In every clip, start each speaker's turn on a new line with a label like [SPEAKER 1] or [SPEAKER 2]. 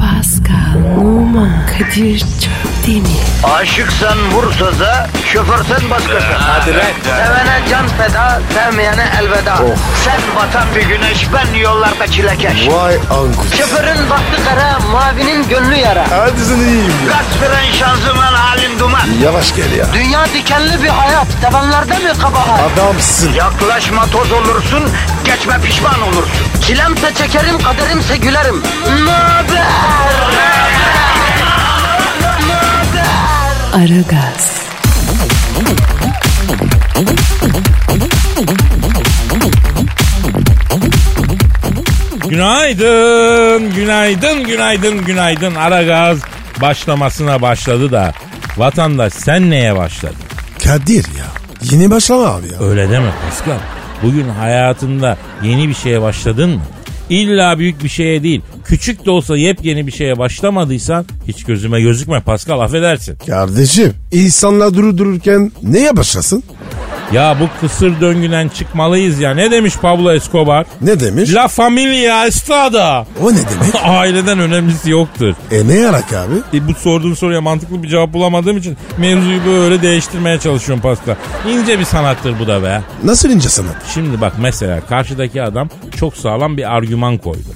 [SPEAKER 1] Pascal, Oman, Kadir çok değil mi?
[SPEAKER 2] Aşıksan vursa da şoförsen başkasın.
[SPEAKER 3] Hadi lan. Oh.
[SPEAKER 2] Sevene can feda, sevmeyene elveda. Sen batan bir güneş, ben yollarda çilekeş.
[SPEAKER 3] Vay anku.
[SPEAKER 2] Şoförün baktı kara, mavinin gönlü yara.
[SPEAKER 3] Hadi sen iyiyim ya.
[SPEAKER 2] Kasperen şanzıman halin duman.
[SPEAKER 3] Yavaş gel ya.
[SPEAKER 2] Dünya dikenli bir hayat, sevenlerde mi kabahar?
[SPEAKER 3] Adamsın.
[SPEAKER 2] Yaklaşma toz olursun, geçme pişman olursun. Çilemse çekerim, kaderimse gülerim. Möber!
[SPEAKER 1] Aragaz,
[SPEAKER 4] Günaydın, günaydın, günaydın, günaydın. Ara gaz başlamasına başladı da vatandaş sen neye başladın?
[SPEAKER 3] Kadir ya. Yeni başlama abi ya.
[SPEAKER 4] Öyle deme Pascal. Bugün hayatında yeni bir şeye başladın mı? İlla büyük bir şeye değil. Küçük de olsa yepyeni bir şeye başlamadıysan hiç gözüme gözükme Pascal affedersin.
[SPEAKER 3] Kardeşim insanlar durur dururken neye başlasın?
[SPEAKER 4] Ya bu kısır döngüden çıkmalıyız ya. Ne demiş Pablo Escobar?
[SPEAKER 3] Ne demiş?
[SPEAKER 4] La familia estada.
[SPEAKER 3] O ne demek?
[SPEAKER 4] Aileden önemlisi yoktur.
[SPEAKER 3] e ne yarak abi?
[SPEAKER 4] E, bu sorduğun soruya mantıklı bir cevap bulamadığım için mevzuyu böyle değiştirmeye çalışıyorum Pascal. İnce bir sanattır bu da be.
[SPEAKER 3] Nasıl ince sanat?
[SPEAKER 4] Şimdi bak mesela karşıdaki adam çok sağlam bir argüman koydu.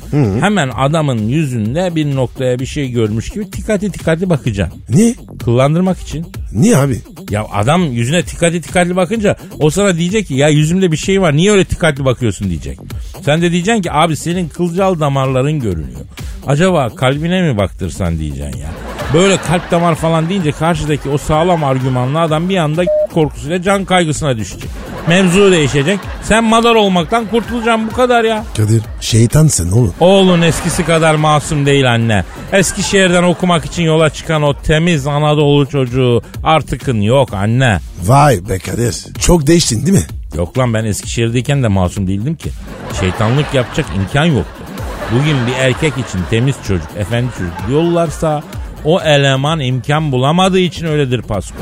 [SPEAKER 4] Hemen adamın yüzünde bir noktaya bir şey görmüş gibi dikkatli dikkatli bakacaksın.
[SPEAKER 3] Niye?
[SPEAKER 4] Kullandırmak için.
[SPEAKER 3] Niye abi?
[SPEAKER 4] Ya adam yüzüne dikkatli dikkatli bakınca o sana diyecek ki ya yüzümde bir şey var niye öyle dikkatli bakıyorsun diyecek. Sen de diyeceksin ki abi senin kılcal damarların görünüyor. Acaba kalbine mi baktırsan diyeceksin ya. Böyle kalp damar falan deyince karşıdaki o sağlam argümanlı adam bir anda korkusuyla can kaygısına düşecek. Mevzu değişecek. Sen madar olmaktan kurtulacaksın bu kadar ya.
[SPEAKER 3] Kadir şeytansın oğlum.
[SPEAKER 4] Oğlun eskisi kadar masum değil anne. Eskişehir'den okumak için yola çıkan o temiz Anadolu çocuğu artıkın yok anne.
[SPEAKER 3] Vay be Kadir. Çok değiştin değil mi?
[SPEAKER 4] Yok lan ben Eskişehir'deyken de masum değildim ki. Şeytanlık yapacak imkan yoktu. Bugün bir erkek için temiz çocuk, efendi çocuk yollarsa o eleman imkan bulamadığı için öyledir Pasko.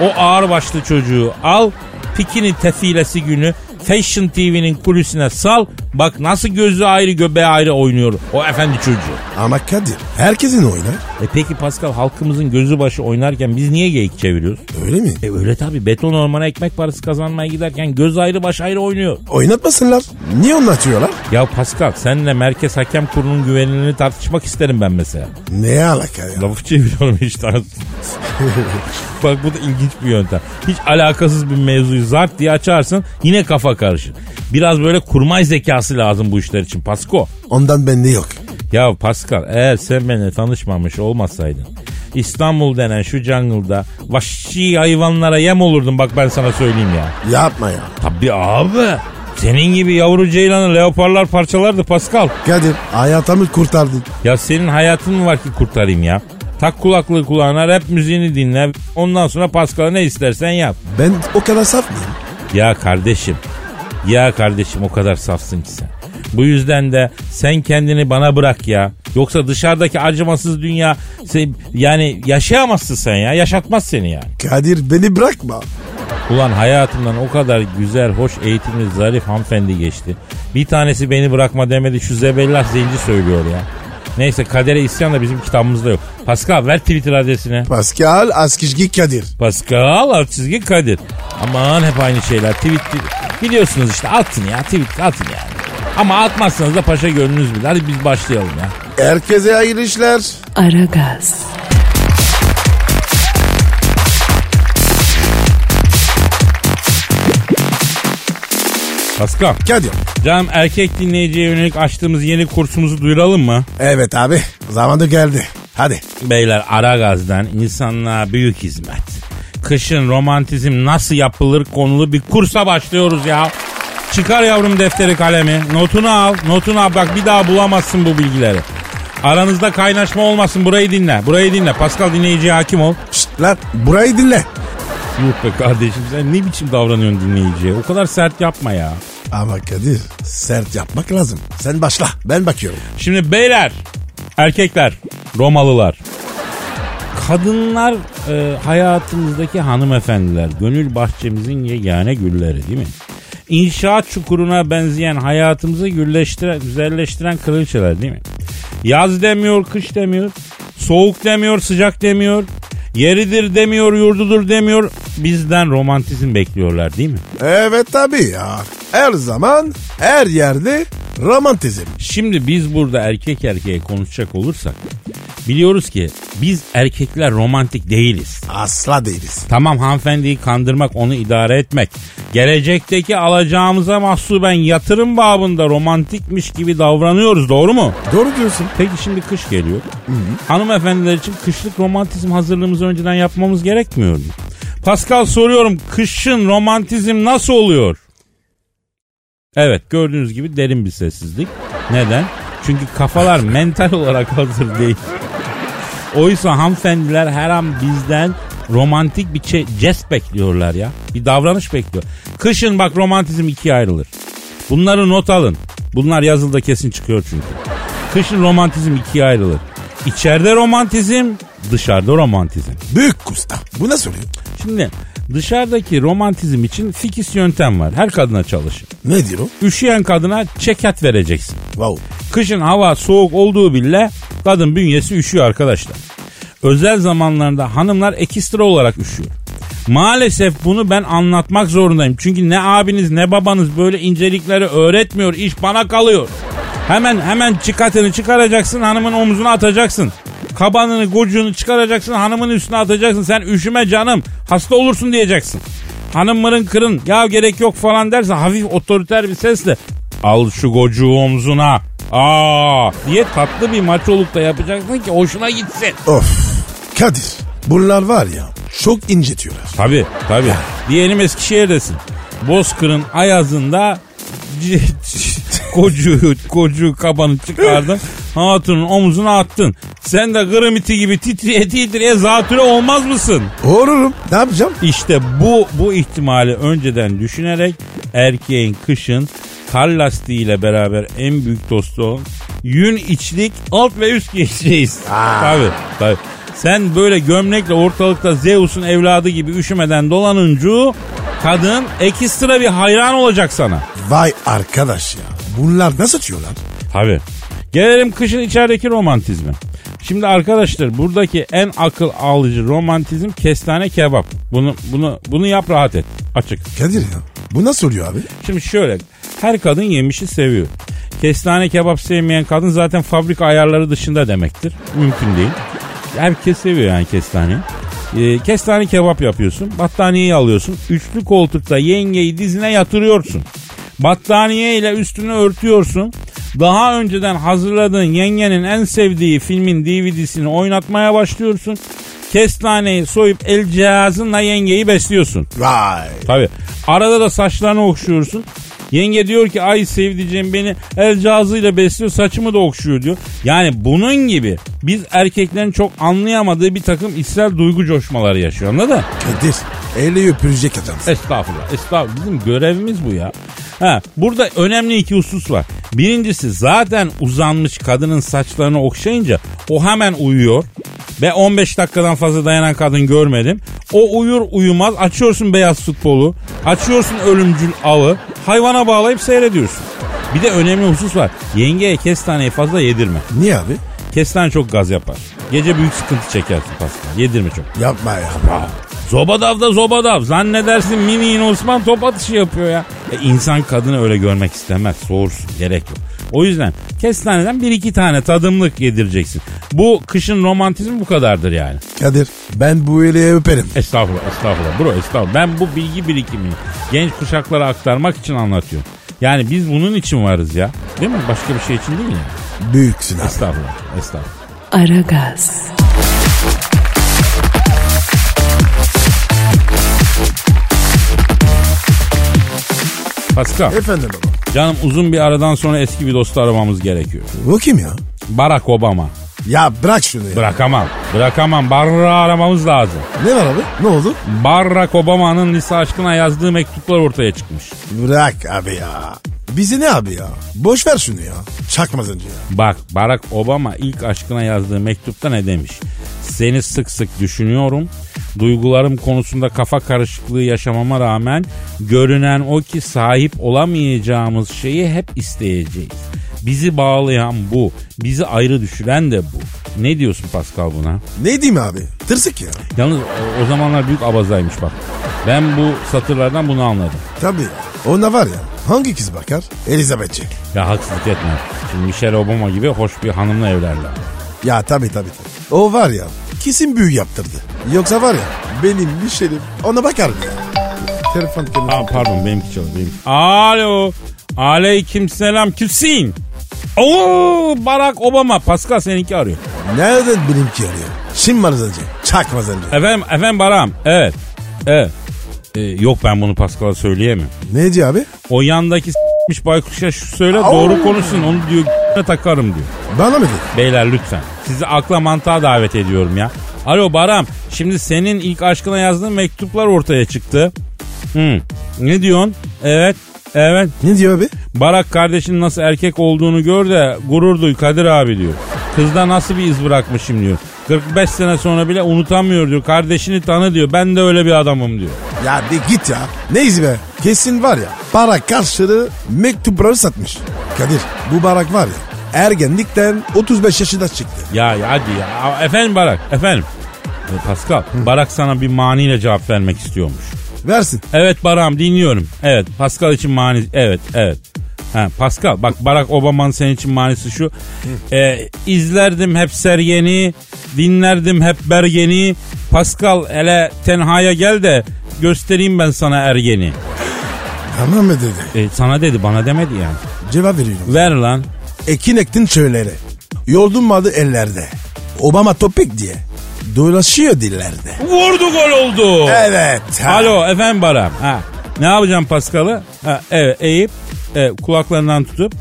[SPEAKER 4] O ağırbaşlı çocuğu al, pikini tefilesi günü Fashion TV'nin kulisine sal. Bak nasıl gözü ayrı göbeği ayrı oynuyor o efendi çocuğu.
[SPEAKER 3] Ama Kadir herkesin oynar.
[SPEAKER 4] E peki Pascal halkımızın gözü başı oynarken biz niye geyik çeviriyoruz?
[SPEAKER 3] Öyle mi?
[SPEAKER 4] E öyle tabi beton ormana ekmek parası kazanmaya giderken göz ayrı baş ayrı oynuyor.
[SPEAKER 3] Oynatmasınlar. Niye anlatıyorlar?
[SPEAKER 4] Ya Pascal senle Merkez Hakem Kurulu'nun güvenilirliğini tartışmak isterim ben mesela.
[SPEAKER 3] Ne alaka ya?
[SPEAKER 4] Lafı çeviriyorum işte. anasını. Bak bu da ilginç bir yöntem. Hiç alakasız bir mevzuyu zart diye açarsın yine kafa karışır. Biraz böyle kurmay zekası lazım bu işler için Pasko.
[SPEAKER 3] Ondan bende yok.
[SPEAKER 4] Ya Pascal eğer sen benimle tanışmamış olmasaydın İstanbul denen şu jungle'da vahşi hayvanlara yem olurdun bak ben sana söyleyeyim ya.
[SPEAKER 3] Yapma ya.
[SPEAKER 4] Tabii abi. Senin gibi yavru ceylanı leoparlar parçalardı Pascal.
[SPEAKER 3] Kadir hayatımı kurtardın.
[SPEAKER 4] Ya senin hayatın mı var ki kurtarayım ya? Tak kulaklığı kulağına rap müziğini dinle. Ondan sonra Pascal'a ne istersen yap.
[SPEAKER 3] Ben o kadar saf mıyım?
[SPEAKER 4] Ya kardeşim. Ya kardeşim o kadar safsın ki sen. Bu yüzden de sen kendini bana bırak ya. Yoksa dışarıdaki acımasız dünya sen- yani yaşayamazsın sen ya. Yaşatmaz seni yani.
[SPEAKER 3] Kadir beni bırakma.
[SPEAKER 4] Ulan hayatımdan o kadar güzel, hoş, eğitimli, zarif hanımefendi geçti. Bir tanesi beni bırakma demedi şu zebellah zenci söylüyor ya. Neyse kadere isyan da bizim kitabımızda yok. Pascal ver Twitter adresine.
[SPEAKER 3] Pascal Askizgi Kadir.
[SPEAKER 4] Pascal alt çizgi Kadir. Aman hep aynı şeyler. Tweet tweet. biliyorsunuz işte atın ya tweet atın yani. Ama atmazsanız da paşa gönlünüz bilir. Hadi biz başlayalım ya.
[SPEAKER 3] Herkese hayırlı işler.
[SPEAKER 1] Aragaz,
[SPEAKER 4] Pascal,
[SPEAKER 3] Kadir.
[SPEAKER 4] canım erkek dinleyiciye yönelik açtığımız yeni kursumuzu duyuralım mı?
[SPEAKER 3] Evet abi zamanı geldi. Hadi.
[SPEAKER 4] Beyler Aragaz'dan insanlığa büyük hizmet. Kışın romantizm nasıl yapılır konulu bir kursa başlıyoruz ya. Çıkar yavrum defteri kalemi. Notunu al. Notunu al. Bak bir daha bulamazsın bu bilgileri. Aranızda kaynaşma olmasın. Burayı dinle. Burayı dinle. Pascal dinleyiciye hakim ol.
[SPEAKER 3] Şşt lan burayı dinle.
[SPEAKER 4] Yok be kardeşim sen ne biçim davranıyorsun dinleyiciye? O kadar sert yapma ya.
[SPEAKER 3] Ama Kadir sert yapmak lazım. Sen başla ben bakıyorum.
[SPEAKER 4] Şimdi beyler, erkekler, Romalılar. Kadınlar e, hayatımızdaki hanımefendiler. Gönül bahçemizin yegane gülleri değil mi? İnşaat çukuruna benzeyen hayatımızı gülleştiren, güzelleştiren kraliçeler değil mi? Yaz demiyor, kış demiyor. Soğuk demiyor, sıcak demiyor. Yeridir demiyor, yurdudur demiyor. Bizden romantizm bekliyorlar değil mi?
[SPEAKER 3] Evet tabii ya. Her zaman her yerde romantizm.
[SPEAKER 4] Şimdi biz burada erkek erkeğe konuşacak olursak biliyoruz ki biz erkekler romantik değiliz.
[SPEAKER 3] Asla değiliz.
[SPEAKER 4] Tamam hanımefendiyi kandırmak, onu idare etmek. Gelecekteki alacağımıza mahsuben yatırım babında romantikmiş gibi davranıyoruz doğru mu?
[SPEAKER 3] Doğru diyorsun.
[SPEAKER 4] Peki şimdi kış geliyor. Hanımefendiler için kışlık romantizm hazırlığımızı önceden yapmamız gerekmiyor mu? Pascal soruyorum kışın romantizm nasıl oluyor? Evet gördüğünüz gibi derin bir sessizlik. Neden? Çünkü kafalar mental olarak hazır değil. Oysa hanımefendiler her an bizden romantik bir çe- jest bekliyorlar ya. Bir davranış bekliyor. Kışın bak romantizm ikiye ayrılır. Bunları not alın. Bunlar yazılda kesin çıkıyor çünkü. Kışın romantizm ikiye ayrılır. İçeride romantizm, dışarıda romantizm.
[SPEAKER 3] Büyük kusta. Bu ne soruyor?
[SPEAKER 4] Şimdi dışarıdaki romantizm için fikis yöntem var. Her kadına çalışın.
[SPEAKER 3] Ne diyor o?
[SPEAKER 4] Üşüyen kadına çekat vereceksin.
[SPEAKER 3] Wow.
[SPEAKER 4] Kışın hava soğuk olduğu bile kadın bünyesi üşüyor arkadaşlar. Özel zamanlarda hanımlar ekstra olarak üşüyor. Maalesef bunu ben anlatmak zorundayım. Çünkü ne abiniz ne babanız böyle incelikleri öğretmiyor. İş bana kalıyor. Hemen hemen çıkatını çıkaracaksın hanımın omzuna atacaksın. Kabanını gocunu çıkaracaksın hanımın üstüne atacaksın. Sen üşüme canım hasta olursun diyeceksin. Hanım mırın kırın ya gerek yok falan derse hafif otoriter bir sesle al şu gocuğu omzuna aa diye tatlı bir maçolukta yapacaksın ki hoşuna gitsin.
[SPEAKER 3] Of. Kadir. Bunlar var ya çok incitiyorlar.
[SPEAKER 4] Tabi tabi. Diyelim Eskişehir'desin. Bozkır'ın ayazında c- c- kocuğu, kocuğu kabanı çıkardın. Hatunun omzuna attın. Sen de kırmiti gibi titriye titriye zatüre olmaz mısın?
[SPEAKER 3] Olurum. Ne yapacağım?
[SPEAKER 4] İşte bu bu ihtimali önceden düşünerek erkeğin kışın kar lastiğiyle beraber en büyük dostu olan yün içlik alt ve üst giyeceğiz. Tabii tabii. Sen böyle gömlekle ortalıkta Zeus'un evladı gibi üşümeden dolanıncu kadın ekstra bir hayran olacak sana.
[SPEAKER 3] Vay arkadaş ya. Bunlar nasıl diyorlar?
[SPEAKER 4] Tabii. Gelelim kışın içerideki romantizme. Şimdi arkadaşlar buradaki en akıl alıcı romantizm kestane kebap. Bunu bunu bunu yap rahat et. Açık.
[SPEAKER 3] Kadir ya. Bu nasıl oluyor abi?
[SPEAKER 4] Şimdi şöyle her kadın yemişi seviyor. Kestane kebap sevmeyen kadın zaten fabrika ayarları dışında demektir. Mümkün değil. Herkes seviyor yani kestane. Ee, kestane kebap yapıyorsun. Battaniyeyi alıyorsun. Üçlü koltukta yengeyi dizine yatırıyorsun. Battaniye ile üstünü örtüyorsun. Daha önceden hazırladığın yengenin en sevdiği filmin DVD'sini oynatmaya başlıyorsun. Kestaneyi soyup el cihazınla yengeyi besliyorsun.
[SPEAKER 3] Vay.
[SPEAKER 4] Tabii. Arada da saçlarını okşuyorsun. Yenge diyor ki ay sevdiceğim beni el cihazıyla besliyor saçımı da okşuyor diyor. Yani bunun gibi biz erkeklerin çok anlayamadığı bir takım içsel duygu coşmaları yaşıyor anladın?
[SPEAKER 3] Kadir. Eli öpülecek adam.
[SPEAKER 4] Estağfurullah. Estağfurullah. Bizim görevimiz bu ya. Ha, burada önemli iki husus var. Birincisi zaten uzanmış kadının saçlarını okşayınca o hemen uyuyor. Ve 15 dakikadan fazla dayanan kadın görmedim. O uyur uyumaz açıyorsun beyaz futbolu. Açıyorsun ölümcül avı. Hayvana bağlayıp seyrediyorsun. Bir de önemli husus var. Yengeye kestaneyi fazla yedirme.
[SPEAKER 3] Niye abi?
[SPEAKER 4] Kestane çok gaz yapar. Gece büyük sıkıntı çekersin Pascal. Yedirme çok.
[SPEAKER 3] Yapma ya.
[SPEAKER 4] Zobadav da zobadav. Zannedersin mini yine Osman top atışı yapıyor ya. E, insan kadını öyle görmek istemez. Soğursun. Gerek yok. O yüzden kestaneden bir iki tane tadımlık yedireceksin. Bu kışın romantizmi bu kadardır yani.
[SPEAKER 3] Kadir ben bu eli öperim.
[SPEAKER 4] Estağfurullah, estağfurullah. Bro estağfurullah. Ben bu bilgi birikimini genç kuşaklara aktarmak için anlatıyorum. Yani biz bunun için varız ya. Değil mi? Başka bir şey için değil mi? yani?
[SPEAKER 3] Büyüksün abi.
[SPEAKER 4] Estağfurullah, estağfurullah.
[SPEAKER 1] Aragaz,
[SPEAKER 4] Pascal,
[SPEAKER 3] Efendim baba.
[SPEAKER 4] canım uzun bir aradan sonra eski bir dostu aramamız gerekiyor.
[SPEAKER 3] Bu kim ya?
[SPEAKER 4] Barack Obama.
[SPEAKER 3] Ya bırak şunu ya.
[SPEAKER 4] Bırakamam. Bırakamam. Barra aramamız lazım.
[SPEAKER 3] Ne var abi? Ne oldu?
[SPEAKER 4] Barack Obama'nın lise aşkına yazdığı mektuplar ortaya çıkmış.
[SPEAKER 3] Bırak abi ya. Bizi ne abi ya? Boş ver şunu ya. Çakmaz önce ya.
[SPEAKER 4] Bak Barack Obama ilk aşkına yazdığı mektupta ne demiş? Seni sık sık düşünüyorum. Duygularım konusunda kafa karışıklığı yaşamama rağmen görünen o ki sahip olamayacağımız şeyi hep isteyeceğiz. Bizi bağlayan bu. Bizi ayrı düşüren de bu. Ne diyorsun Pascal buna?
[SPEAKER 3] Ne diyeyim abi? Tırsık ya.
[SPEAKER 4] Yalnız e, o zamanlar büyük abazaymış bak. Ben bu satırlardan bunu anladım.
[SPEAKER 3] Tabii. Ona var ya. Hangi kız bakar? Elizabethçi.
[SPEAKER 4] Ya haksızlık etme. Şimdi Michelle Obama gibi hoş bir hanımla evlerler.
[SPEAKER 3] Ya tabii tabii. tabii. O var ya. Kesin büyü yaptırdı. Yoksa var ya. Benim bir şeyim. Ona bakar mı ya? Telefon telefon.
[SPEAKER 4] Aa, pardon benimki çalıyor. Benimki. Alo. Aleyküm selam. Kimsin? Oo Barack Obama. Pascal seninki arıyor.
[SPEAKER 3] Nereden benimki yarıyor? Şimdi var az önce. Çakmaz önce.
[SPEAKER 4] Efendim, efendim Barak'ım. Evet. Evet. Ee, yok ben bunu Pascal'a söyleyemem.
[SPEAKER 3] Ne diyor abi?
[SPEAKER 4] O yandaki s**miş baykuşa şu söyle doğru konuşsun. Onu diyor "Ne takarım diyor.
[SPEAKER 3] Bana mı dedi?
[SPEAKER 4] Beyler lütfen. Sizi akla mantığa davet ediyorum ya. Alo Baram. Şimdi senin ilk aşkına yazdığın mektuplar ortaya çıktı. Hı. Ne diyorsun? Evet. Evet.
[SPEAKER 3] Ne diyor abi?
[SPEAKER 4] Barak kardeşin nasıl erkek olduğunu gör de gurur duy Kadir abi diyor. Kızda nasıl bir iz bırakmışım diyor. 45 sene sonra bile unutamıyor diyor. Kardeşini tanı diyor. Ben de öyle bir adamım diyor.
[SPEAKER 3] Ya bir git ya. Neyse be. Kesin var ya. Para karşılığı mektupları satmış. Kadir bu barak var ya. Ergenlikten 35 yaşında çıktı.
[SPEAKER 4] Ya, ya hadi ya. A- Efendim Barak. Efendim. E, Pascal. Barak sana bir maniyle cevap vermek istiyormuş.
[SPEAKER 3] Versin.
[SPEAKER 4] Evet Barak'ım dinliyorum. Evet Pascal için mani... Evet evet. Ha, Pascal bak Barack Obama'nın senin için manisi şu. E, izlerdim hep Sergen'i, dinlerdim hep Bergen'i. Pascal hele tenhaya gel de göstereyim ben sana Ergen'i.
[SPEAKER 3] Tamam mı dedi.
[SPEAKER 4] E, sana dedi bana demedi yani.
[SPEAKER 3] Cevap veriyorum.
[SPEAKER 4] Ver lan.
[SPEAKER 3] Ekin ektin çölleri. Yoldunmadı ellerde. Obama topik diye. Dolaşıyor dillerde.
[SPEAKER 4] Vurdu gol oldu.
[SPEAKER 3] Evet. ha.
[SPEAKER 4] Alo efendim Barak'ım. Ha. Ne yapacağım Paskal'ı? Ha, evet eğip e, kulaklarından tutup.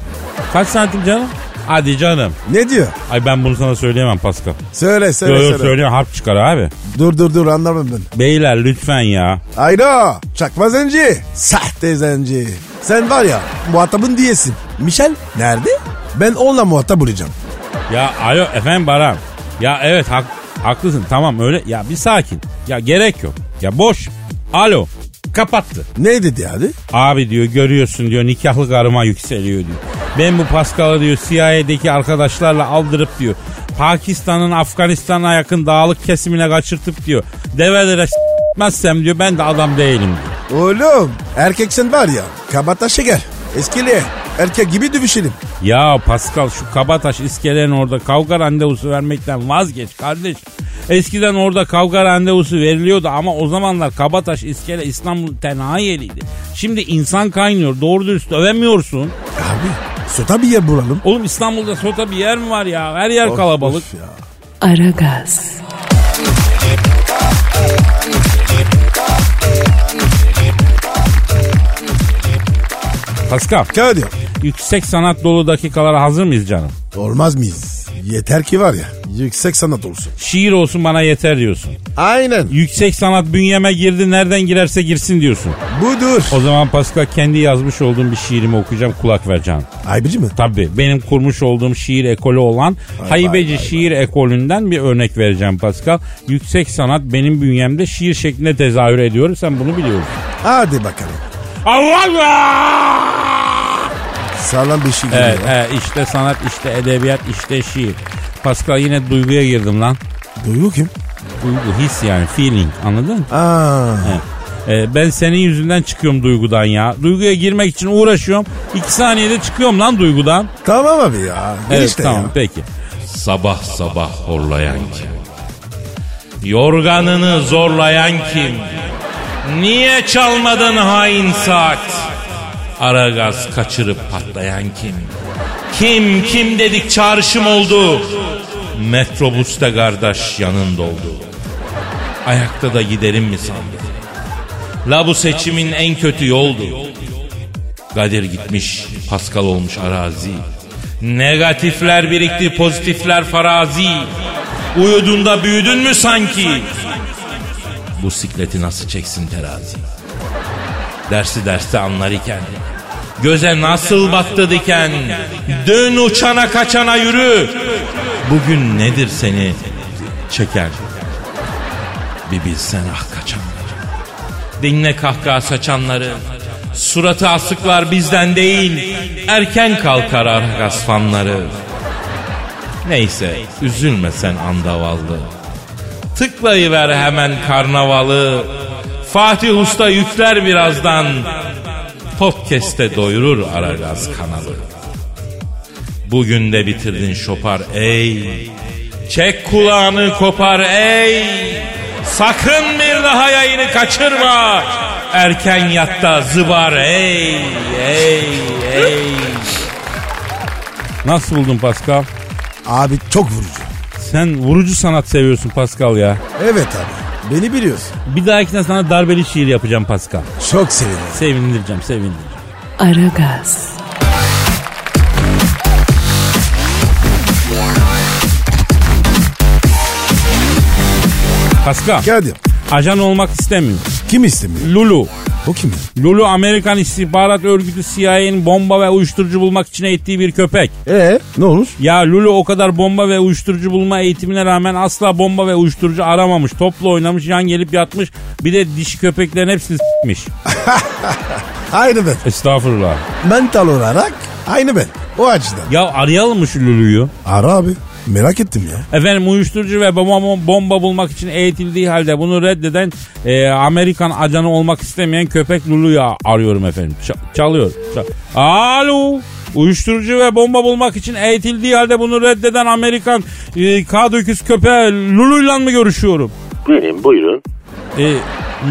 [SPEAKER 4] Kaç santim canım? Hadi canım.
[SPEAKER 3] Ne diyor?
[SPEAKER 4] Ay ben bunu sana söyleyemem Pascal.
[SPEAKER 3] Söyle söyle
[SPEAKER 4] Yok
[SPEAKER 3] söyle.
[SPEAKER 4] yok söylüyorum harp çıkar abi.
[SPEAKER 3] Dur dur dur anlamadım ben.
[SPEAKER 4] Beyler lütfen ya.
[SPEAKER 3] Ayda çakma zenci. Sahte zenci. Sen var ya muhatabın diyesin. Michel nerede? Ben onunla muhatap olacağım.
[SPEAKER 4] Ya alo efendim Baran. Ya evet hak, haklısın tamam öyle. Ya bir sakin. Ya gerek yok. Ya boş. Alo. Kapattı.
[SPEAKER 3] Ne dedi hadi?
[SPEAKER 4] Abi diyor görüyorsun diyor nikahlı karıma yükseliyor diyor. Ben bu Paskal'ı diyor CIA'deki arkadaşlarla aldırıp diyor. Pakistan'ın Afganistan'a yakın dağlık kesimine kaçırtıp diyor. Develere s**mezsem diyor ben de adam değilim diyor.
[SPEAKER 3] Oğlum erkeksen var ya kabata şeker. Eskili erkek gibi dövüşelim.
[SPEAKER 4] Ya Pascal şu Kabataş iskelenin orada kavga randevusu vermekten vazgeç kardeş. Eskiden orada kavga randevusu veriliyordu ama o zamanlar Kabataş iskele İstanbul tenayeliydi. Şimdi insan kaynıyor doğru dürüst övemiyorsun.
[SPEAKER 3] Abi sota bir yer bulalım.
[SPEAKER 4] Oğlum İstanbul'da sota bir yer mi var ya her yer kalabalık.
[SPEAKER 3] Of ya.
[SPEAKER 1] Aragaz,
[SPEAKER 4] Pascal
[SPEAKER 3] Kadir
[SPEAKER 4] yüksek sanat dolu dakikalara hazır mıyız canım?
[SPEAKER 3] olmaz mıyız? Yeter ki var ya yüksek sanat olsun.
[SPEAKER 4] Şiir olsun bana yeter diyorsun.
[SPEAKER 3] Aynen.
[SPEAKER 4] Yüksek sanat bünyeme girdi nereden girerse girsin diyorsun.
[SPEAKER 3] Budur.
[SPEAKER 4] O zaman Pascal kendi yazmış olduğum bir şiirimi okuyacağım kulak ver canım.
[SPEAKER 3] Aybici mi?
[SPEAKER 4] Tabii benim kurmuş olduğum şiir ekolü olan Haybeci Şiir Ekolü'nden bir örnek vereceğim Pascal. Yüksek sanat benim bünyemde şiir şeklinde tezahür ediyor. Sen bunu biliyorsun.
[SPEAKER 3] Hadi bakalım.
[SPEAKER 4] Allah Allah!
[SPEAKER 3] Sağlam bir şey
[SPEAKER 4] Evet,
[SPEAKER 3] geliyor.
[SPEAKER 4] evet, işte sanat, işte edebiyat, işte şiir. Pascal yine duyguya girdim lan.
[SPEAKER 3] Duygu kim?
[SPEAKER 4] Duygu, his yani feeling anladın mı?
[SPEAKER 3] Aa,
[SPEAKER 4] Ee, ben senin yüzünden çıkıyorum duygudan ya. Duyguya girmek için uğraşıyorum. İki saniyede çıkıyorum lan duygudan.
[SPEAKER 3] tamam abi ya. Gel
[SPEAKER 4] Evet
[SPEAKER 3] işte
[SPEAKER 4] tamam
[SPEAKER 3] ya.
[SPEAKER 4] peki. Sabah sabah horlayan kim? Yorganını zorlayan kim? Niye çalmadın hain saat? Ara gaz kaçırıp patlayan kim? Kim kim dedik çağrışım oldu. Metrobüste kardeş yanında oldu. Ayakta da giderim mi sandın? La bu seçimin en kötü yoldu. Kadir gitmiş, Pascal olmuş arazi. Negatifler birikti, pozitifler farazi. Uyuduğunda büyüdün mü sanki? Bu sikleti nasıl çeksin terazi? Dersi derste anlar iken, göze nasıl battı diken, dön uçana kaçana yürü. Bugün nedir seni çeken? Bir bilsen ah kaçanları. Dinle kahkaha saçanları. Suratı asıklar bizden değil, erken kalkar arak aslanları. Neyse, üzülme sen andavallı. Tıklayıver hemen karnavalı. Fatih Usta yükler birazdan. Podcast'te doyurur Aragaz kanalı. Bugün de bitirdin şopar ey. Çek kulağını kopar ey. Sakın bir daha yayını kaçırma. Erken yatta zıbar ey ey ey. Nasıl buldun Pascal?
[SPEAKER 3] Abi çok vurucu.
[SPEAKER 4] Sen vurucu sanat seviyorsun Pascal ya.
[SPEAKER 3] Evet abi. Beni biliyorsun.
[SPEAKER 4] Bir dahakine sana darbeli şiir yapacağım Pascal.
[SPEAKER 3] Çok sevindim.
[SPEAKER 4] Sevindireceğim, sevindireceğim.
[SPEAKER 1] Aragaz,
[SPEAKER 4] Pascal,
[SPEAKER 3] Kadir.
[SPEAKER 4] ajan olmak istemiyor.
[SPEAKER 3] Kim istemiyor?
[SPEAKER 4] Lulu.
[SPEAKER 3] O kim ya?
[SPEAKER 4] Lulu Amerikan istihbarat örgütü CIA'nin bomba ve uyuşturucu bulmak için eğittiği bir köpek.
[SPEAKER 3] Ee ne olur?
[SPEAKER 4] Ya Lulu o kadar bomba ve uyuşturucu bulma eğitimine rağmen asla bomba ve uyuşturucu aramamış. Topla oynamış, yan gelip yatmış. Bir de dişi köpeklerin hepsini s**miş.
[SPEAKER 3] Aynı ben.
[SPEAKER 4] Estağfurullah.
[SPEAKER 3] Mental olarak aynı ben. O açıdan.
[SPEAKER 4] Ya arayalım mı şu Lulu'yu?
[SPEAKER 3] Ara abi. Merak ettim ya.
[SPEAKER 4] Efendim uyuşturucu ve bomba, bomba bulmak için eğitildiği halde bunu reddeden e, Amerikan ajanı olmak istemeyen köpek Lulu'yu a- arıyorum efendim. Ç- çalıyor. Çal- Alo. Uyuşturucu ve bomba bulmak için eğitildiği halde bunu reddeden Amerikan e, K9 köpeği Lulu'yla mı görüşüyorum?
[SPEAKER 5] Benim buyurun.
[SPEAKER 4] E,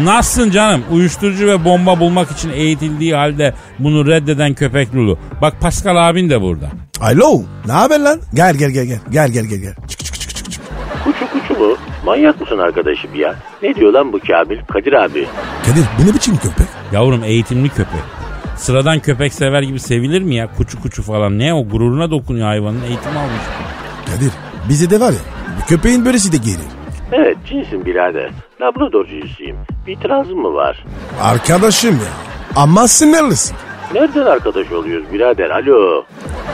[SPEAKER 4] nasılsın canım? Uyuşturucu ve bomba bulmak için eğitildiği halde bunu reddeden köpek Lulu. Bak Pascal abin de burada.
[SPEAKER 3] Alo. Ne haber lan? Gel gel gel gel. Gel gel gel gel. Çık çık çık çık çık.
[SPEAKER 5] Kuçu kuçu mu? Manyak mısın arkadaşım ya? Ne diyor lan bu Kamil? Kadir abi.
[SPEAKER 3] Kadir bu ne biçim köpek?
[SPEAKER 4] Yavrum eğitimli köpek. Sıradan köpek sever gibi sevilir mi ya? Kuçu kuçu falan. Ne o gururuna dokunuyor hayvanın eğitim almış.
[SPEAKER 3] Kadir bize de var ya. Bu köpeğin böylesi de gelir.
[SPEAKER 5] Evet cinsin birader. Labrador cinsiyim. Bir itirazım mı var?
[SPEAKER 3] Arkadaşım ya. Ama sinirlisin.
[SPEAKER 5] Nereden arkadaş oluyoruz birader? Alo.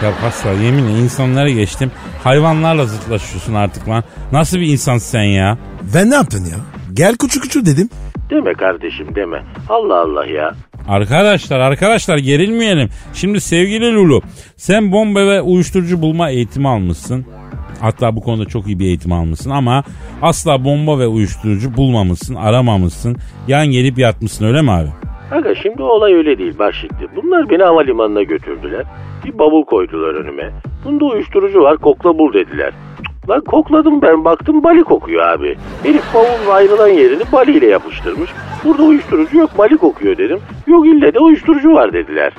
[SPEAKER 4] Ya Pascal yeminle insanlara geçtim. Hayvanlarla zıtlaşıyorsun artık lan. Nasıl bir insansın sen ya?
[SPEAKER 3] Ben ne yaptın ya? Gel küçük küçük dedim.
[SPEAKER 5] Deme kardeşim deme. Allah Allah ya.
[SPEAKER 4] Arkadaşlar arkadaşlar gerilmeyelim. Şimdi sevgili Lulu sen bomba ve uyuşturucu bulma eğitimi almışsın. Hatta bu konuda çok iyi bir eğitim almışsın ama asla bomba ve uyuşturucu bulmamışsın, aramamışsın. Yan gelip yatmışsın öyle mi abi?
[SPEAKER 5] Aga şimdi olay öyle değil bak şimdi. Bunlar beni havalimanına götürdüler. Bir bavul koydular önüme. Bunda uyuşturucu var kokla bul dediler. Cık, Lan kokladım ben baktım bali kokuyor abi. Herif bavulun ayrılan yerini baliyle yapıştırmış. Burada uyuşturucu yok bali kokuyor dedim. Yok ille de uyuşturucu var dediler.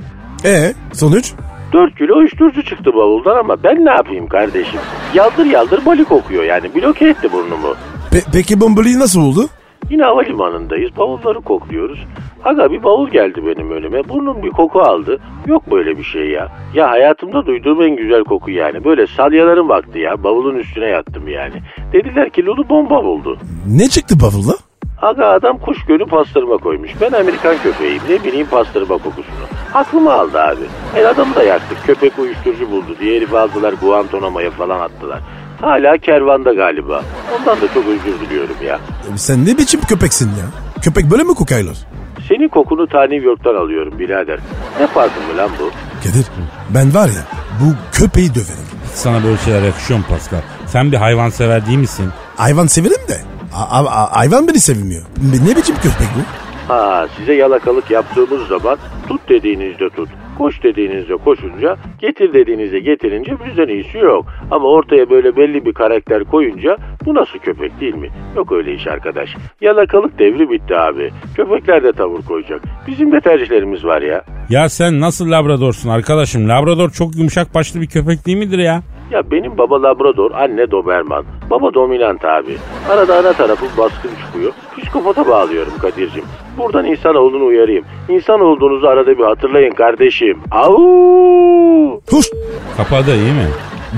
[SPEAKER 3] E sonuç?
[SPEAKER 5] 4 kilo uyuşturucu çıktı bavuldan ama ben ne yapayım kardeşim? Yaldır yaldır bali kokuyor yani bloke etti burnumu.
[SPEAKER 3] Pe- peki bombalıyı nasıl buldu?
[SPEAKER 5] Yine havalimanındayız. Bavulları kokluyoruz. Aga bir bavul geldi benim önüme. Burnum bir koku aldı. Yok böyle bir şey ya. Ya hayatımda duyduğum en güzel koku yani. Böyle salyaların vakti ya. Bavulun üstüne yattım yani. Dediler ki Lulu bomba buldu.
[SPEAKER 3] Ne çıktı bavulla?
[SPEAKER 5] Aga adam kuş gölü pastırma koymuş. Ben Amerikan köpeğim. Ne bileyim pastırma kokusunu. Aklımı aldı abi. El adamı da yaktık. Köpek uyuşturucu buldu diye herifi aldılar Guantanamo'ya falan attılar. Hala kervanda galiba. Ondan da çok özür diliyorum ya.
[SPEAKER 3] E, Sen ne biçim köpeksin ya? Köpek böyle mi kokaylar?
[SPEAKER 5] Senin kokunu ta New York'tan alıyorum birader. Ne farkı mı lan bu?
[SPEAKER 3] Kadir ben var ya bu köpeği döverim.
[SPEAKER 4] Sana böyle şeyler yakışıyor mu Pascal? Sen bir hayvansever değil misin?
[SPEAKER 3] Hayvan severim de. a- a- a- hayvan beni sevmiyor. Ne biçim köpek bu?
[SPEAKER 5] Ha size yalakalık yaptığımız zaman tut dediğinizde tut. Koş dediğinizde koşunca, getir dediğinizde getirince bizden iyisi yok. Ama ortaya böyle belli bir karakter koyunca bu nasıl köpek değil mi? Yok öyle iş arkadaş. Yalakalık devri bitti abi. Köpekler de tavır koyacak. Bizim de tercihlerimiz var ya.
[SPEAKER 4] Ya sen nasıl labradorsun arkadaşım? Labrador çok yumuşak başlı bir köpek değil midir ya?
[SPEAKER 5] Ya benim baba Labrador, anne Doberman. Baba dominant abi. Arada ana tarafı baskın çıkıyor. Psikopata bağlıyorum Kadir'cim. Buradan insan olduğunu uyarayım. İnsan olduğunuzu arada bir hatırlayın kardeşim. Au!
[SPEAKER 3] Huş
[SPEAKER 4] Kapadı iyi mi?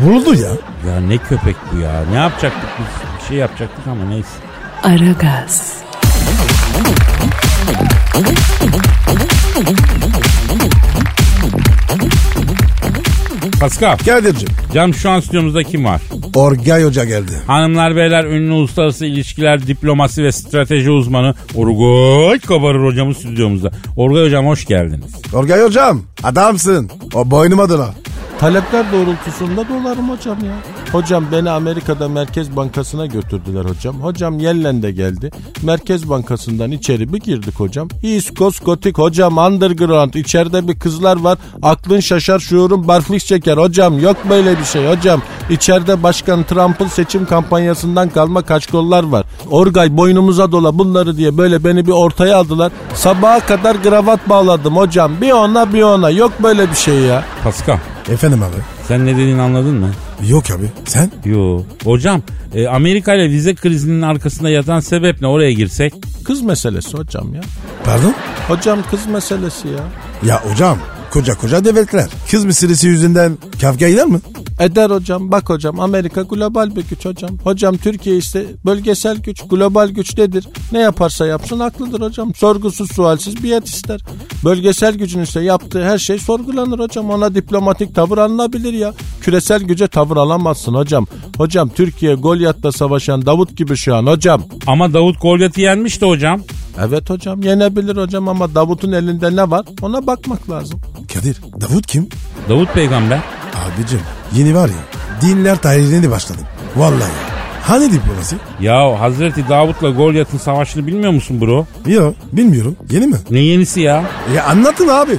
[SPEAKER 3] vuruldu ya.
[SPEAKER 4] Ya ne köpek bu ya? Ne yapacaktık biz? Bir şey yapacaktık ama neyse.
[SPEAKER 1] Aragaz,
[SPEAKER 4] Pascal,
[SPEAKER 3] Kadir'cim
[SPEAKER 4] canım şu an stüdyomuzda kim var?
[SPEAKER 3] Orgay Hoca geldi.
[SPEAKER 4] Hanımlar beyler ünlü uluslararası ilişkiler, diplomasi ve strateji uzmanı Urgoy Kabarır hocamız stüdyomuzda. Urgoy hocam hoş geldiniz.
[SPEAKER 3] Orgay Hocam adamsın. O boynuma dola.
[SPEAKER 6] Talepler doğrultusunda dolarım hocam ya. Hocam beni Amerika'da Merkez Bankası'na götürdüler hocam. Hocam Yellen'de geldi. Merkez Bankası'ndan içeri bir girdik hocam. East Coast Gothic hocam underground. İçeride bir kızlar var. Aklın şaşar şuurun barflik çeker hocam. Yok böyle bir şey hocam. İçeride Başkan Trump'ın seçim kampanyasından kalma kaçkollar var. Orgay boynumuza dola bunları diye böyle beni bir ortaya aldılar. Sabaha kadar kravat bağladım hocam. Bir ona bir ona. Yok böyle bir şey ya.
[SPEAKER 4] Paskal
[SPEAKER 3] Efendim abi.
[SPEAKER 4] sen ne dediğini anladın mı?
[SPEAKER 3] Yok abi. Sen?
[SPEAKER 4] Yo. Hocam e, Amerika ile vize krizinin arkasında yatan sebep ne oraya girsek?
[SPEAKER 6] Kız meselesi hocam ya.
[SPEAKER 3] Pardon?
[SPEAKER 6] Hocam kız meselesi ya.
[SPEAKER 3] Ya hocam koca koca devletler. Kız meselesi yüzünden kavga eder mi?
[SPEAKER 6] Eder hocam bak hocam Amerika global bir güç hocam. Hocam Türkiye ise bölgesel güç global güç nedir? Ne yaparsa yapsın haklıdır hocam. Sorgusuz sualsiz biat ister. Bölgesel gücün ise yaptığı her şey sorgulanır hocam. Ona diplomatik tavır alınabilir ya. Küresel güce tavır alamazsın hocam. Hocam Türkiye Golyat'la savaşan Davut gibi şu an hocam.
[SPEAKER 4] Ama Davut Golgat'ı yenmiş de hocam.
[SPEAKER 6] Evet hocam yenebilir hocam ama Davut'un elinde ne var ona bakmak lazım.
[SPEAKER 3] Kadir Davut kim?
[SPEAKER 4] Davut peygamber.
[SPEAKER 3] Abicim yeni var ya dinler tarihini başladım. Vallahi. Hani diplomasi?
[SPEAKER 4] Ya Hazreti Davut'la Golgat'ın savaşını bilmiyor musun bro?
[SPEAKER 3] Yok bilmiyorum. Yeni mi?
[SPEAKER 4] Ne yenisi ya?
[SPEAKER 3] Ya anlatın abi.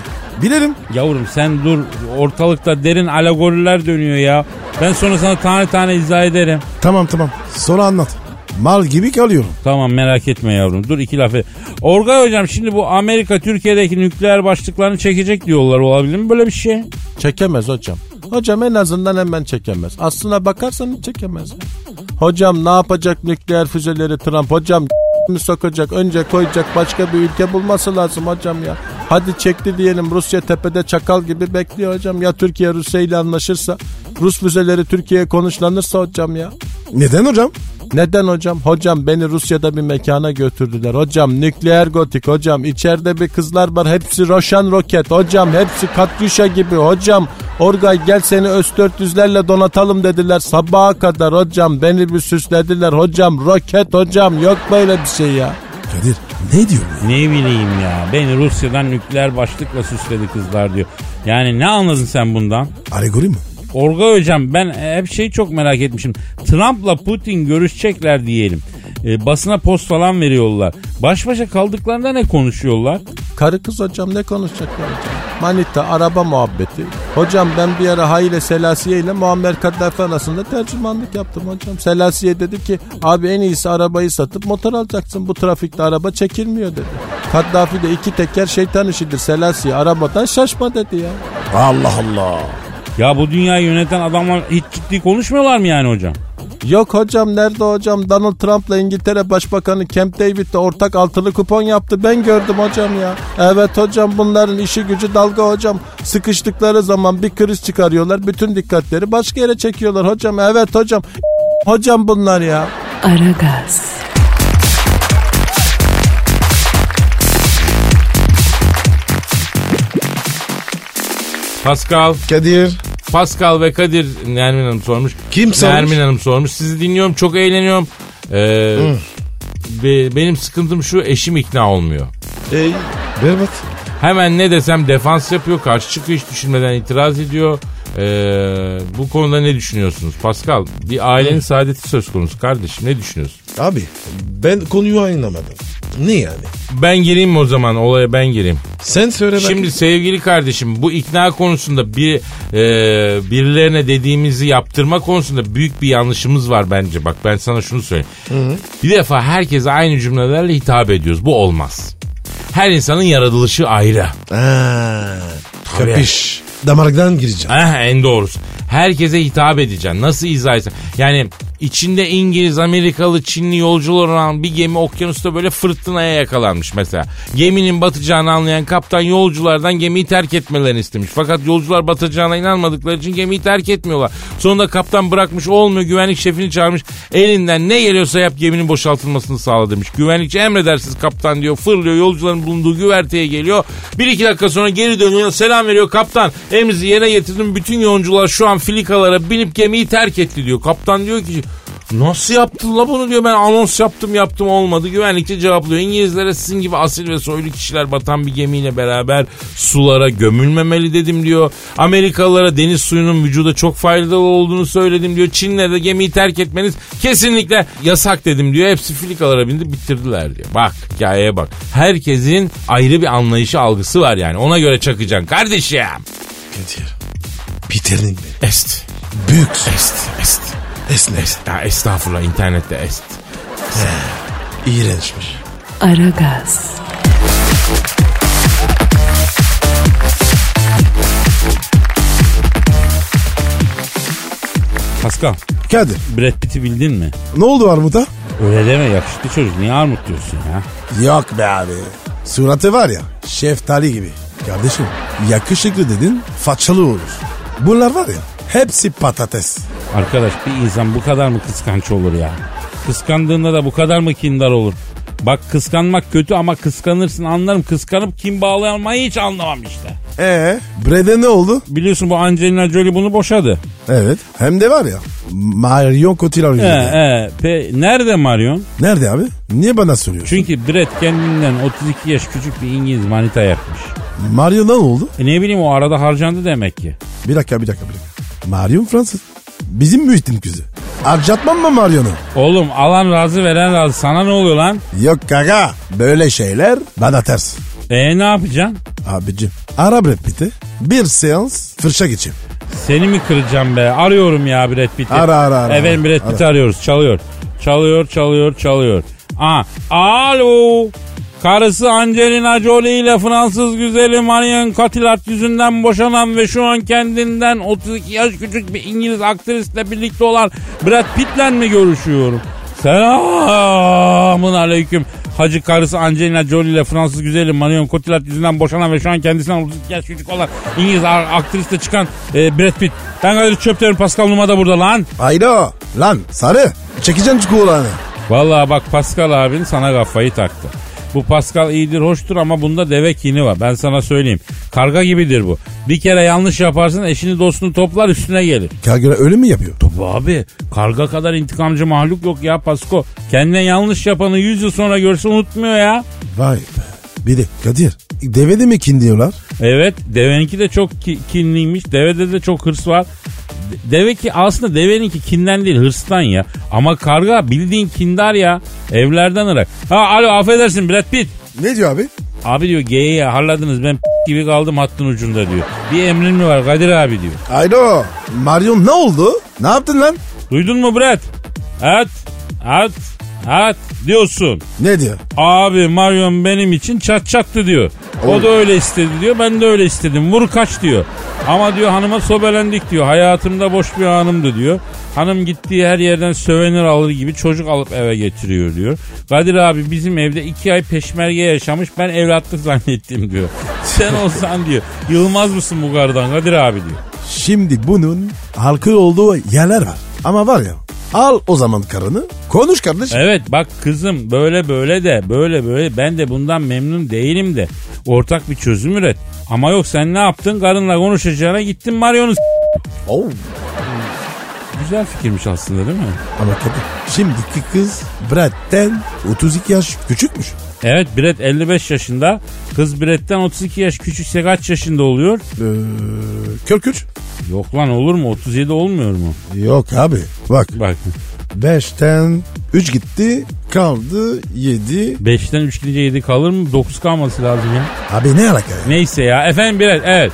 [SPEAKER 3] Bilirim.
[SPEAKER 4] Yavrum sen dur ortalıkta derin alegoriler dönüyor ya. Ben sonra sana tane tane izah ederim.
[SPEAKER 3] Tamam tamam. Sonra anlat. Mal gibi kalıyorum.
[SPEAKER 4] Tamam merak etme yavrum dur iki lafı. Orgay hocam şimdi bu Amerika Türkiye'deki nükleer başlıklarını çekecek diyorlar olabilir mi böyle bir şey?
[SPEAKER 6] Çekemez hocam. Hocam en azından hemen çekemez. Aslına bakarsan hiç çekemez. ya. Hocam ne yapacak nükleer füzeleri Trump? Hocam mi sokacak? Önce koyacak başka bir ülke bulması lazım hocam ya. Hadi çekti diyelim Rusya tepede çakal gibi bekliyor hocam. Ya Türkiye Rusya ile anlaşırsa? Rus füzeleri Türkiye'ye konuşlanırsa hocam ya.
[SPEAKER 3] Neden hocam?
[SPEAKER 6] Neden hocam? Hocam beni Rusya'da bir mekana götürdüler. Hocam nükleer gotik hocam. içeride bir kızlar var. Hepsi Roşan roket. Hocam hepsi Katyusha gibi. Hocam Orgay gel seni öz 400'lerle donatalım dediler. Sabaha kadar hocam beni bir süslediler. Hocam roket hocam yok böyle bir şey ya.
[SPEAKER 3] Kadir ne diyor bu?
[SPEAKER 4] Ne bileyim ya beni Rusya'dan nükleer başlıkla süsledi kızlar diyor. Yani ne anladın sen bundan?
[SPEAKER 3] Alegori mi?
[SPEAKER 4] Orga hocam ben hep şeyi çok merak etmişim. Trump'la Putin görüşecekler diyelim. E, basına post falan veriyorlar. Baş başa kaldıklarında ne konuşuyorlar?
[SPEAKER 6] Karı kız hocam ne konuşacaklar hocam? Manita, araba muhabbeti. Hocam ben bir ara Hay ile Selasiye ile Muammer Kaddafi arasında tercümanlık yaptım hocam. Selasiye dedi ki abi en iyisi arabayı satıp motor alacaksın. Bu trafikte araba çekilmiyor dedi. Kaddafi de iki teker şeytan işidir Selasiye arabadan şaşma dedi ya.
[SPEAKER 3] Allah Allah.
[SPEAKER 4] Ya bu dünyayı yöneten adamlar hiç ciddi konuşmuyorlar mı yani hocam?
[SPEAKER 6] Yok hocam nerede hocam Donald Trump'la İngiltere Başbakanı Camp David'le ortak altılı kupon yaptı ben gördüm hocam ya. Evet hocam bunların işi gücü dalga hocam sıkıştıkları zaman bir kriz çıkarıyorlar bütün dikkatleri başka yere çekiyorlar hocam evet hocam hocam bunlar ya.
[SPEAKER 1] Aragaz,
[SPEAKER 4] Pascal,
[SPEAKER 3] Kadir.
[SPEAKER 4] Pascal ve Kadir Nermin Hanım sormuş.
[SPEAKER 3] Kim sormuş?
[SPEAKER 4] Nermin Hanım sormuş. Sizi dinliyorum çok eğleniyorum. Ee, be- benim sıkıntım şu eşim ikna olmuyor.
[SPEAKER 3] Ey. Berbat.
[SPEAKER 4] Hemen ne desem defans yapıyor. Karşı çıkıyor hiç düşünmeden itiraz ediyor. Ee, bu konuda ne düşünüyorsunuz Pascal? Bir ailenin saadeti söz konusu kardeşim ne düşünüyorsun?
[SPEAKER 7] Abi ben konuyu anlamadım. Ne yani?
[SPEAKER 4] Ben gireyim mi o zaman olaya ben gireyim.
[SPEAKER 7] Sen söyle bakayım.
[SPEAKER 4] Şimdi sevgili kardeşim bu ikna konusunda bir e, birilerine dediğimizi yaptırma konusunda büyük bir yanlışımız var bence. Bak ben sana şunu söyleyeyim. Bir defa herkese aynı cümlelerle hitap ediyoruz. Bu olmaz. Her insanın yaratılışı ayrı.
[SPEAKER 7] Ha, kapış. Damardan gireceğim.
[SPEAKER 4] Ah, en doğrusu. Herkese hitap edeceksin. Nasıl izah edeceksin? Yani içinde İngiliz, Amerikalı, Çinli yolcular olan bir gemi okyanusta böyle fırtınaya yakalanmış mesela. Geminin batacağını anlayan kaptan yolculardan gemiyi terk etmelerini istemiş. Fakat yolcular batacağına inanmadıkları için gemiyi terk etmiyorlar. Sonunda kaptan bırakmış olmuyor güvenlik şefini çağırmış. Elinden ne geliyorsa yap geminin boşaltılmasını sağla demiş. Güvenlikçi emredersiniz kaptan diyor. Fırlıyor yolcuların bulunduğu güverteye geliyor. Bir iki dakika sonra geri dönüyor selam veriyor kaptan. Emrinizi yerine getirdim bütün yolcular şu an Adam filikalara binip gemiyi terk etti diyor. Kaptan diyor ki nasıl yaptın la bunu diyor ben anons yaptım yaptım olmadı. Güvenlikçi cevaplıyor. İngilizlere sizin gibi asil ve soylu kişiler batan bir gemiyle beraber sulara gömülmemeli dedim diyor. Amerikalılara deniz suyunun vücuda çok faydalı olduğunu söyledim diyor. Çinlere gemiyi terk etmeniz kesinlikle yasak dedim diyor. Hepsi filikalara bindi bitirdiler diyor. Bak hikayeye bak. Herkesin ayrı bir anlayışı algısı var yani. Ona göre çakacaksın kardeşim.
[SPEAKER 7] Kadir. Bitirdin mi?
[SPEAKER 4] Est.
[SPEAKER 7] Büyük.
[SPEAKER 4] Est. Est.
[SPEAKER 7] Esne.
[SPEAKER 4] Ya estağfurullah internette est.
[SPEAKER 7] İğrençmiş.
[SPEAKER 1] Aragaz,
[SPEAKER 4] Pascal,
[SPEAKER 3] Kadir
[SPEAKER 4] Brad Pitt'i bildin mi?
[SPEAKER 3] ne oldu Armut'a?
[SPEAKER 4] Öyle deme yakışıklı çocuk. Niye armut diyorsun ya?
[SPEAKER 3] Yok be abi. Suratı var ya şeftali gibi. Kardeşim yakışıklı dedin façalı olur. Bunlar var ya hepsi patates.
[SPEAKER 4] Arkadaş bir insan bu kadar mı kıskanç olur ya? Kıskandığında da bu kadar mı kindar olur? Bak kıskanmak kötü ama kıskanırsın anlarım. Kıskanıp kim bağlayamayı hiç anlamam işte.
[SPEAKER 3] Ee, Brede ne oldu?
[SPEAKER 4] Biliyorsun bu Angelina Jolie bunu boşadı.
[SPEAKER 3] Evet. e- Hem de var ya Marion Cotillard
[SPEAKER 4] Ee,
[SPEAKER 3] yüzünden.
[SPEAKER 4] ee, pe- nerede Marion?
[SPEAKER 3] Nerede abi? Niye bana soruyorsun?
[SPEAKER 4] Çünkü Brad kendinden 32 yaş küçük bir İngiliz manita yapmış.
[SPEAKER 3] Marion'a ne oldu?
[SPEAKER 4] E ne bileyim o arada harcandı demek ki.
[SPEAKER 3] Bir dakika bir dakika bir dakika. Marion Fransız. Bizim büyüttüm kızı. Harcatmam mı Marion'u?
[SPEAKER 4] Oğlum alan razı veren razı. Sana ne oluyor lan?
[SPEAKER 3] Yok kaka. Böyle şeyler bana ters.
[SPEAKER 4] E ne yapacaksın?
[SPEAKER 3] Abicim ara Brad Pitt'i. Bir seans fırça geçeyim.
[SPEAKER 4] Seni mi kıracağım be? Arıyorum ya Brad Pitt'i.
[SPEAKER 3] Ara, ara, ara.
[SPEAKER 4] Efendim Brad Pitt'i
[SPEAKER 3] Ara.
[SPEAKER 4] arıyoruz. Çalıyor. Çalıyor, çalıyor, çalıyor. Aa, alo. Karısı Angelina Jolie ile Fransız güzeli Marion Cotillard yüzünden boşanan ve şu an kendinden 32 yaş küçük bir İngiliz aktrisle birlikte olan Brad Pitt'le mi görüşüyorum? Selamun aleyküm. Hacı karısı Angelina Jolie ile Fransız güzeli Marion Cotillard yüzünden boşanan ve şu an kendisinden 32 yaş küçük olan İngiliz a- aktrisle çıkan e, Brad Pitt. Ben Kadir Çöpler'in Pascal Numa da burada lan.
[SPEAKER 3] Hayda. Lan sarı. Çekeceksin çukurlarını.
[SPEAKER 4] Vallahi bak Pascal abin sana kafayı taktı. Bu Pascal iyidir hoştur ama bunda deve kini var. Ben sana söyleyeyim. Karga gibidir bu. Bir kere yanlış yaparsın eşini dostunu toplar üstüne gelir.
[SPEAKER 3] Kagura öyle mi yapıyor?
[SPEAKER 4] Tabii abi karga kadar intikamcı mahluk yok ya Pasko. Kendine yanlış yapanı 100 yıl sonra görse unutmuyor ya.
[SPEAKER 3] Vay be. Bir de Kadir. Deve de mi kin diyorlar?
[SPEAKER 4] Evet deveninki de çok ki- kinliymiş. Devede de çok hırs var. De- Deve ki aslında deveninki kinden değil hırstan ya. Ama karga bildiğin kindar ya. Evlerden ırak. Ha alo affedersin Brad Pitt.
[SPEAKER 3] Ne diyor abi?
[SPEAKER 4] Abi diyor geyiği harladınız ben gibi kaldım hattın ucunda diyor. Bir emrin mi var Kadir abi diyor.
[SPEAKER 3] Hayda. Marion ne oldu? Ne yaptın lan?
[SPEAKER 4] Duydun mu Brad? At, at, at diyorsun.
[SPEAKER 3] Ne diyor?
[SPEAKER 4] Abi Marion benim için çat çattı diyor. O da öyle istedi diyor. Ben de öyle istedim. Vur kaç diyor. Ama diyor hanıma sobelendik diyor. Hayatımda boş bir anımdı diyor. Hanım gittiği her yerden sövenir alır gibi çocuk alıp eve getiriyor diyor. Kadir abi bizim evde iki ay peşmerge yaşamış ben evlatlık zannettim diyor. Sen olsan diyor. Yılmaz mısın bu kardan Kadir abi diyor.
[SPEAKER 3] Şimdi bunun halkı olduğu yerler var. Ama var ya al o zaman karını konuş kardeşim.
[SPEAKER 4] Evet bak kızım böyle böyle de böyle böyle ben de bundan memnun değilim de ortak bir çözüm üret. Ama yok sen ne yaptın karınla konuşacağına gittin Marion'u s-
[SPEAKER 3] Oo.
[SPEAKER 4] Güzel fikirmiş aslında değil mi?
[SPEAKER 3] Ama Kadir şimdiki kız Brad'den 32 yaş küçükmüş.
[SPEAKER 4] Evet Brett 55 yaşında kız Brett'ten 32 yaş küçükse kaç yaşında oluyor?
[SPEAKER 3] Ee, Körküç.
[SPEAKER 4] Yok lan olur mu 37 olmuyor mu?
[SPEAKER 3] Yok abi bak
[SPEAKER 4] Bak
[SPEAKER 3] 5'ten 3 gitti kaldı 7.
[SPEAKER 4] 5'ten 3 gidince 7 kalır mı? 9 kalması lazım ya.
[SPEAKER 3] Abi ne alaka ya?
[SPEAKER 4] Neyse ya efendim Brett evet.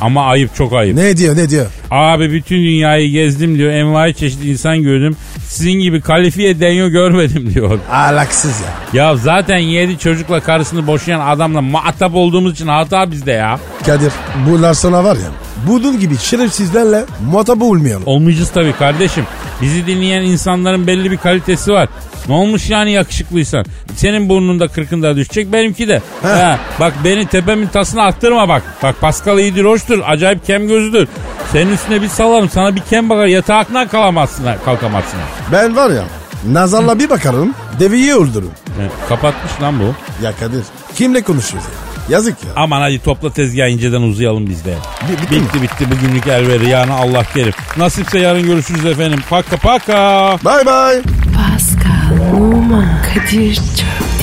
[SPEAKER 4] Ama ayıp çok ayıp.
[SPEAKER 3] Ne diyor ne diyor?
[SPEAKER 4] Abi bütün dünyayı gezdim diyor. Envai çeşit insan gördüm. Sizin gibi kalifiye denyo görmedim diyor.
[SPEAKER 3] Alaksız ya.
[SPEAKER 4] Ya zaten yedi çocukla karısını boşayan adamla muhatap olduğumuz için hata bizde ya.
[SPEAKER 3] Kadir bunlar sana var ya bunun gibi şerefsizlerle muhatap olmayalım.
[SPEAKER 4] Olmayacağız tabii kardeşim. Bizi dinleyen insanların belli bir kalitesi var. Ne olmuş yani yakışıklıysan? Senin burnunda kırkında düşecek benimki de. Ha, bak beni tepemin tasına attırma bak. Bak Pascal iyidir hoştur. Acayip kem gözüdür. Senin üstüne bir salarım. Sana bir kem bakar. Yatağından kalamazsın, ha, kalkamazsın. ha.
[SPEAKER 3] Ben var ya nazarla bir bakarım deveyi öldürürüm.
[SPEAKER 4] Evet, kapatmış lan bu.
[SPEAKER 3] Ya Kadir kimle konuşuyoruz ya? Yazık ya.
[SPEAKER 4] Aman hadi topla tezgahı inceden uzayalım biz de.
[SPEAKER 3] Bi- bitti
[SPEAKER 4] bitti bitti, bugünlük elveri yani Allah kerim. Nasipse yarın görüşürüz efendim. Paka paka.
[SPEAKER 3] Bye bye.
[SPEAKER 1] Pascal, Oman, Kadir çok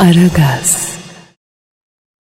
[SPEAKER 1] Aragaz.